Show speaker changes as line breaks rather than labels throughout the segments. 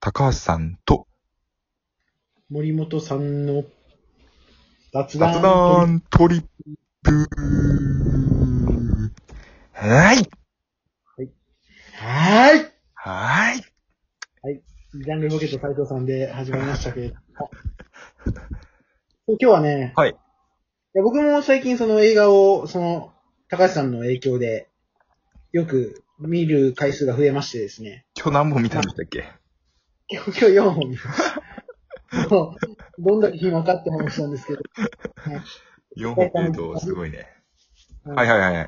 高橋さんと
森本さんの雑談。
雑談トリップ。はい。
はーい
はい。
ジャングルポケット斉藤さんで始まりましたけれど も。今日はね、
はい
いや僕も最近その映画を、その、高橋さんの影響で、よく見る回数が増えましてで すね。
今日何本見たんでしたっけ
今日今日4本見ました。もう、どんだけ暇かって話なんですけど。
?4 本見るとすごいね。
は
はいはいはいは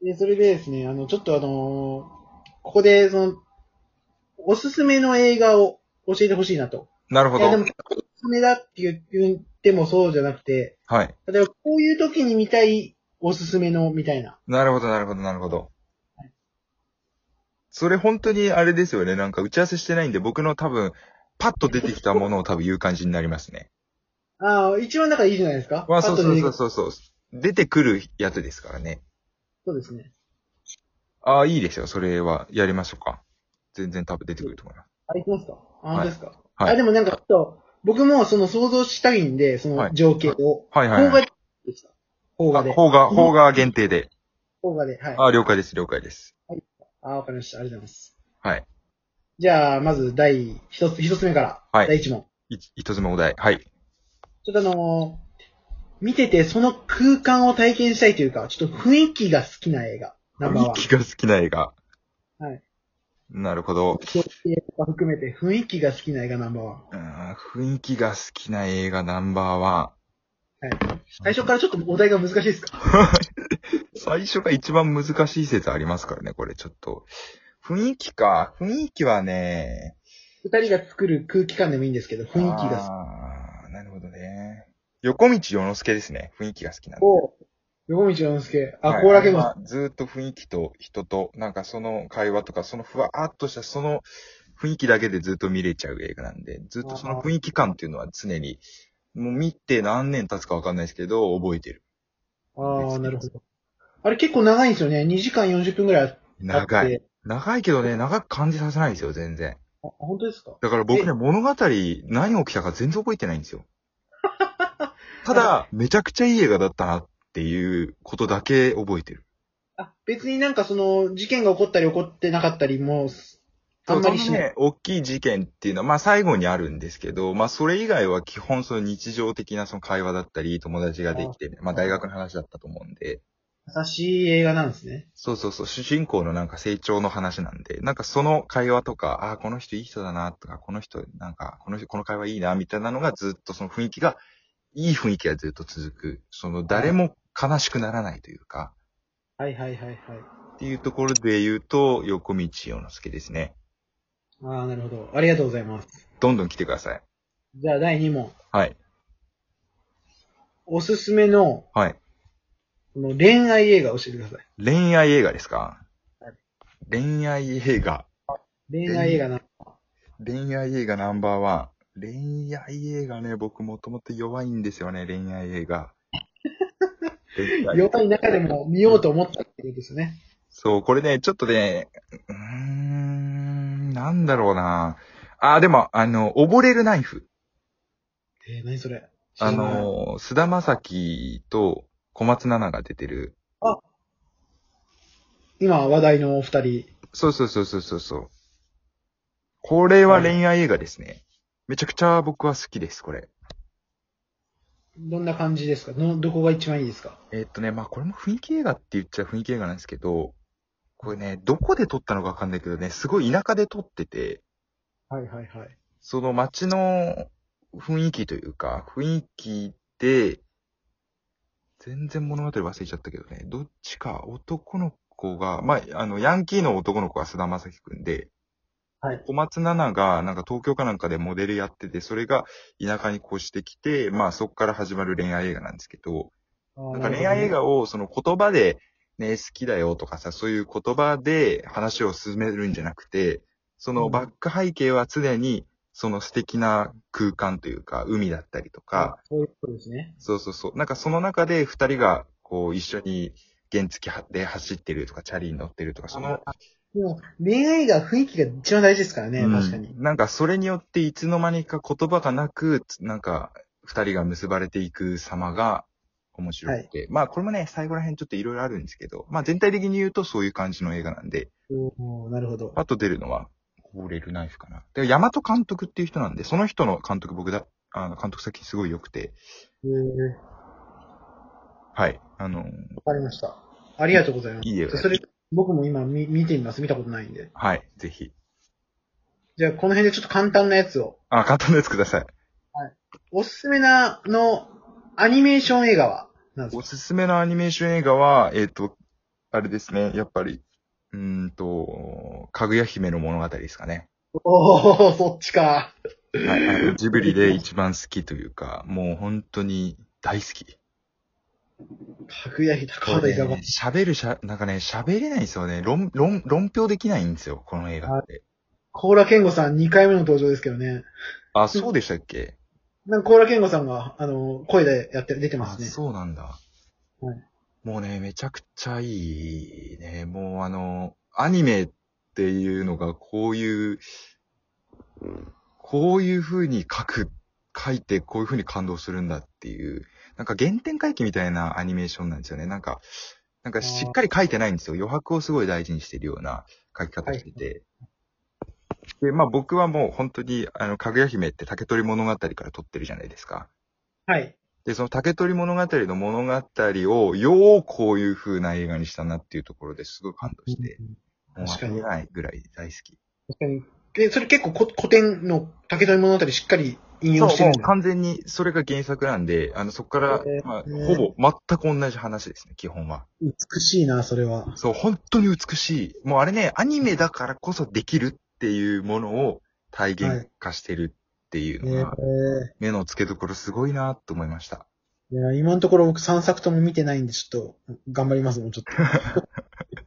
い。
で、それでですね、あの、ちょっとあのーここで、その、おすすめの映画を教えてほしいなと。
なるほ
いや、でも、
ど
おす。すめだって言言ってもそうじゃなくて、
はい。
例えばこういう時に見たいおすすめのみたいな。
なるほどなるほどなるほど。それ本当にあれですよね。なんか打ち合わせしてないんで僕の多分、パッと出てきたものを多分言う感じになりますね。
ああ、一番だからいいじゃないですか。
まあそう
後で
そうそ
出てく
うそ
る
うそう。出てくるやつですからね。
そうですね。
ああ、いいですよ。それはやりましょうか。全然多分出てくると思います。
あ、いきますかあ、
はい
本当ですか、
はい
あ、でもなんかちょっと、僕もその想像したいんで、そ
はい
の情景を。
はいはい、
邦
は
画
い。
でした。邦画で。
邦画、邦画限定で。
邦画で。はい。
ああ、了解です、了解です。
ああ、わかりました。ありがとうございます。
はい。
じゃあ、まず第一つ、一つ目から。
はい
第一問。
い一つ目お題。はい。
ちょっとあのー見ててその空間を体験したいというか、ちょっと雰囲気が好きな映画。ナンバーワ
雰
ン
囲。気が好きな映画。
はい。
なるほど。
情景とか含めて雰囲気が好きな映画ナンバーワン。
うーん、雰囲気が好きな映画ナンバーワ
最初からちょっとお題が難しいですか
ン。最初が一番難しい説ありますからね、これちょっと。雰囲気か。雰囲気はね、
二人が作る空気感でもいいんですけど、雰囲気が好
ああ、なるほどね。横道洋之助ですね。雰囲気が好きなん
き。
で。
お横道洋介。あ、
はい
こうらけま
あれはずーっと雰囲気と人と、なんかその会話とか、そのふわーっとしたその雰囲気だけでずっと見れちゃう映画なんで、ずっとその雰囲気感っていうのは常に、もう見て何年経つかわかんないですけど、覚えてる。
ああ、なるほど。あれ結構長いんですよね。2時間40分くらいあって。
長い。長いけどね、長く感じさせないんですよ、全然。
あ。本当ですか
だから僕ね、
え
物語、何起きたか全然覚えてないん ですよ。ただ、めちゃくちゃいい映画だったなっていうことだけ覚えてる。
あ、別になんかその、事件が起こったり起こってなかったりも、あ
そうん
まりしない。
ね、大きい事件っていうのは、まあ最後にあるんですけど、まあそれ以外は基本その日常的なその会話だったり、友達ができて、まあ大学の話だったと思うんで、
優しい映画なんですね。
そうそうそう、主人公のなんか成長の話なんで、なんかその会話とか、ああー、この人いい人だなとか、この人、なんか、この人、この会話いいな、みたいなのがずっとその雰囲気が、いい雰囲気がずっと続く。その誰も悲しくならないというか、
はいはいはいはい。
っていうところで言うと、横道洋之介ですね。
ああ、なるほど。ありがとうございます。
どんどん来てください。
じゃあ第2問。
はい。
おすすめの、
はい。
この恋愛映画教えてください。
恋愛映画ですか
はい
恋愛映画。
恋愛映画な。
恋愛映画ナンバーワン。恋愛映画ね、僕もともと弱いんですよね、恋愛映 画。恋愛
弱い中でも見ようと思ったっていうことですね。
そう、これね、ちょっとね、うーん、なんだろうな。あ、でも、あの、溺れるナイフ。
えー、何それ
あ、の、菅田将暉と小松菜奈が出てる。
今話題のお二人。
そうそうそうそうそうそう。これは恋愛映画ですね。めちゃくちゃ僕は好きです、これ。
どんな感じですかど、どこが一番いいですか
えーっとね、まあこれも雰囲気映画って言っちゃ雰囲気映画なんですけど、これね、どこで撮ったのかわかんないけどね、すごい田舎で撮ってて、
はいはいはい。
その街の雰囲気というか、雰囲気で、全然物語忘れちゃったけどね、どっちか男の子が、まあ、あの、ヤンキーの男の子は菅田将暉くんで、
はい
小松菜奈がなんか東京かなんかでモデルやってて、それが田舎に越してきて、まあそこから始まる恋愛映画なんですけど、
あー
なんか恋愛映。
る
画をその言葉で、ね、好きだよとかさ、そういう言葉で話を進めるんじゃなくて、そのバック背景は常に、その素敵な空間というか、海だったりと
ほど
か、
そういうことですね。
そうそうそう。なんかその中で二人が、こう一緒に原付で走ってるとか、チャリに乗ってるとか、その
あでも、恋愛が雰囲気が一番大事ですからね、
うん
確かに。
なんかそれによっていつの間にか言葉がなく、つなんか二人が結ばれていく様が面白くて。まあこれもね、最後ら辺ちょっといろいろあるんですけど、まあ全体的に言うとそういう感じの映画なんで、
おーなるほど。
パッと出るのは、こぼれるナイフかな。で、大和監督っていう人なんで、その人の監督僕だ、あの、監督作品すごい良くて、
えー
はい。あの、
わかりました。ありがとうございます。
いい映画です
それ、僕も今見見てみます。見たことないんで。
はい、ぜひ。
じゃあ、この辺でちょっと簡単なやつを。
あ、簡単なやつください。
おすすめな、の、アニメーション映画はなんです
お
か
すすめのアニメーション映画は、えっ、と、あれですね、やっぱり、うーんと、かぐや姫の物語ですかね。
おー、そっちか。
はいあのジブリで一番好きというか、もう本当に大好き。
かぐやひ高畑いかが
これね喋るしゃ、なんかね、喋れないんですよね。論、論、論評できないんですよ、この映画って。
コーラケンゴさん2回目の登場ですけどね。
あ、そうでしたっけ
なんかコーラケンゴさんが、あの、声でやって、出てま
あ、
すね。
そうなんだ
はい。
もうね、めちゃくちゃいいね。もうあの、アニメっていうのがこういう、こういう風に書く、書いてこういう風に感動するんだっていう、なんか原点回帰みたいなアニメーションなんですよね。なんか、なんかしっかり書いてないんですよ。余白をすごい大事にしてるような書き方してて。で、まあ僕はもう本当に、あの、かぐや姫って竹取物語から撮ってるじゃないですか。
はい。
で、その竹取物語の物語を、ようこういう風な映画にしたなっていうところですごい感動して、もう
確かに
忘れないぐらい大好き。
確かに。で、それ結構こ古典の竹取物語しっかり引用し
そ
て
う、
る
も
ん
う
だ。
完全にそれが原作なんで、あの、そこから、
へー
まあ、ほぼ全く同じ話ですね、基本は。
美しいな、それは。
そう、本当に美しい。もうあれね、アニメだからこそできるっていうものを体現化してるっていう
え
のが、
ー
目の付けどころすごいなと思いました。
いや、今のところ僕3作とも見てないんで、ちょっと、頑張ります、もうちょっ
っ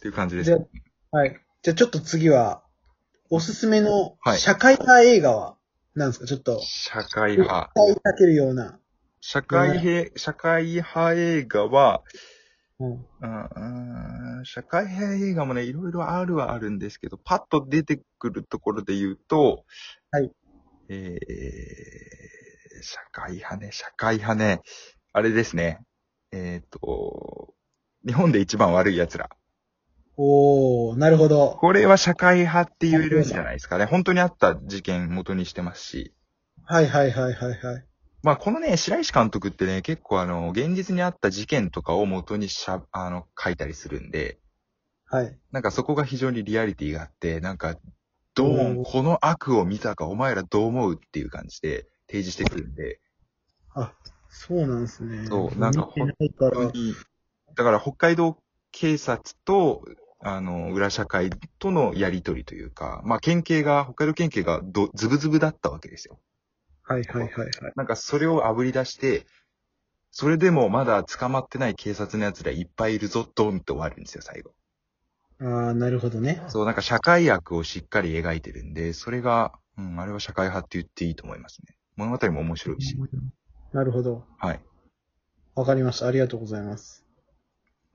ていう感じ
と。
で
じゃ
す。
あ、はい。じゃあちょっと次は、おすすめの
はい
社会派映画は、なんですか、ちょっと、
社会派。
訴えかけるような。
社会派、社会派映画は、
うん。
うんうん社会派映画もね、いろいろあるはあるんですけど、パッと出てくるところで言うと、
はい。
えー、社会派ね、社会派ね、あれですね、えっ、と、日本で一番悪い奴ら。
おー、なるほど。
これは社会派って言えるんじゃないですかね。本当にあった事件元にしてますし。
はいはいはいはいはい。
まあ、このね、白石監督ってね、結構あの、現実にあった事件とかを元にしゃ、あの、書いたりするんで、
はい。
なんかそこが非常にリアリティがあって、なんか、ど
う
う、
ん
この悪を見たかお前らどう思うっていう感じで提示してくるんで、
そうなんですね。
そうなんかほん
見てないか
本
ら
当。にだから北海道警察と、あの、裏社会とのやりとりというか、まあ、県警が、北海道県警がど、ズブズブだったわけですよ。
はいはいはいはい。
なんかそれを炙り出して、それでもまだ捕まってない警察の奴らいっぱいいるぞ、ドンと終わるんですよ、最後。
あー、なるほどね。
そう、なんか社会悪をしっかり描いてるんで、それが、うん、あれは社会派って言っていいと思いますね。物語も面白いし。
なるほど。
はい。
わかりました。ありがとうございます。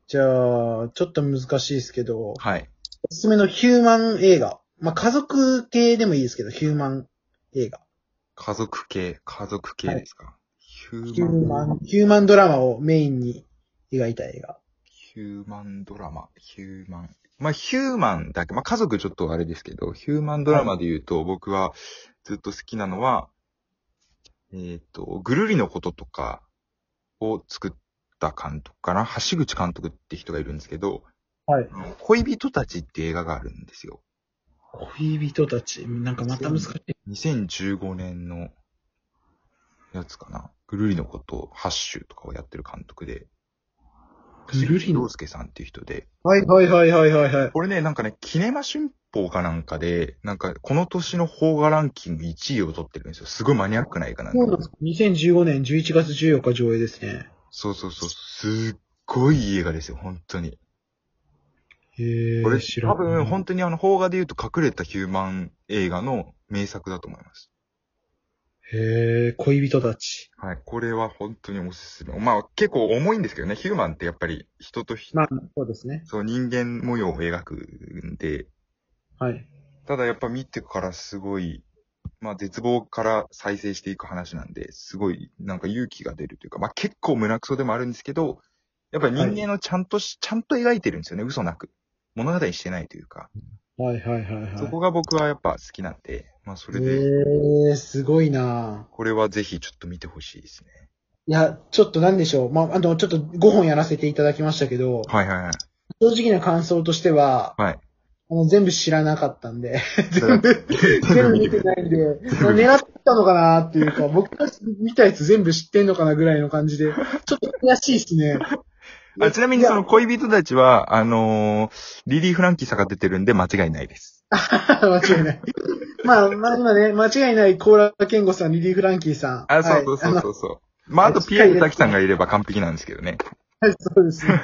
じゃあ、ちょっと難しいですけど、
はい。
おすすめのヒューマン映画。まあ、家族系でもいいですけど、ヒューマン映画。
家族系、家族系ですか。ヒュ
ヒュ
ー
ー
マ
マ
ン、
ン、ヒューマンドラマをメインに描いた映画。
ヒューマンドラマ、ヒューマン。まあ、ヒューマンだけ、まあ、家族ちょっとあれですけど、ヒューマンドラマで言うと、僕はずっと好きなのは、えっ、と、ぐるりのこととかを作った監督かな橋口監督って人がいるんですけど、
はい。
恋人たちって映画があるんですよ。
恋人たち。なんかまた難しい。
2015年のやつかな。ぐるりのこと、ハッシュとかをやってる監督で、
ぐるりの
洋介さんっていう人で、
はいはいはいはいはいはい。
これね、なんかね、キネマ旬報かなんかで、なんかこの年の邦画ランキング1位を取ってるんですよ。すごいマニアックな映画なんで。
そうなんです。2015年11月14日上映ですね。
そうそうそう。すっごいいい映画ですよ、本当に。
へえ。
これ、
知ら
多
ん
分本当にあの、邦画で言うと隠れたヒューマン映画の名作だと思います。
へえ、恋人たち。
はい。これは本当におすすめ。まあ結構重いんですけどね、ヒューマンってやっぱり人と人、
まあ、そうですね。
そう人間模様を描くんで、
はい。
ただやっぱ見てからすごい、まあ絶望から再生していく話なんで、すごいなんか勇気が出るというか、まあ結構胸クソでもあるんですけど、やっぱり人間のちゃんとし、ちゃんと描いてるんですよね、嘘なく。物語にしてないというか、
はいはいはいはい。
そこが僕はやっぱ好きなんで、まあそれで、
へえ、すごいなぁ
これはぜひちょっと見てほしいですね。
いや、ちょっとなんでしょう。まあ、あの、ちょっと5本やらせていただきましたけど、
はいはいはい。
正直な感想としては、
はい
あの全部知らなかったんで、全部、全
全
部
部
見
見
て
て
ないんで、まあ狙ってたのかなっていうか、僕が見たやつ全部知ってんのかなぐらいの感じで、ちょっと悔しいですね。
あちなみにその恋人たちは、あのーリリー・フランキーさんが出てるんで間違いないです。
間違いない。まあ、まあ今ね、間違いない、コーラ健吾さん、リリー・フランキーさん。
あ、そうそうそうそうそう。まあ、あと、ピエール滝さんがいれば完璧なんですけどね。
はい、そうですね。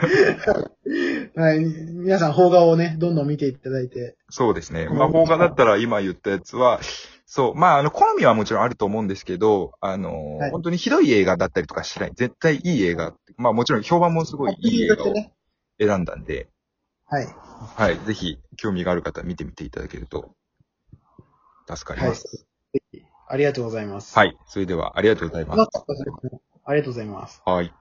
はい、皆さん、邦画をね、どんどん見ていただいて。
そうですね。まあ、邦画だったら今言ったやつは、そう。まあ、あの、好みはもちろんあると思うんですけど、あのー
はい
本当にひどい映画だったりとかしない。絶対いい映画。まあ、もちろん評判もすごいいい映画を
ね。
選んだんで、
はい。
はい。ぜひ、興味がある方は見てみていただけると、助かり
はい。
ま
ぜ
す。
ひありがとうございます。
はい。それでは、ありがとうございます。
ありがとうございます。
はい。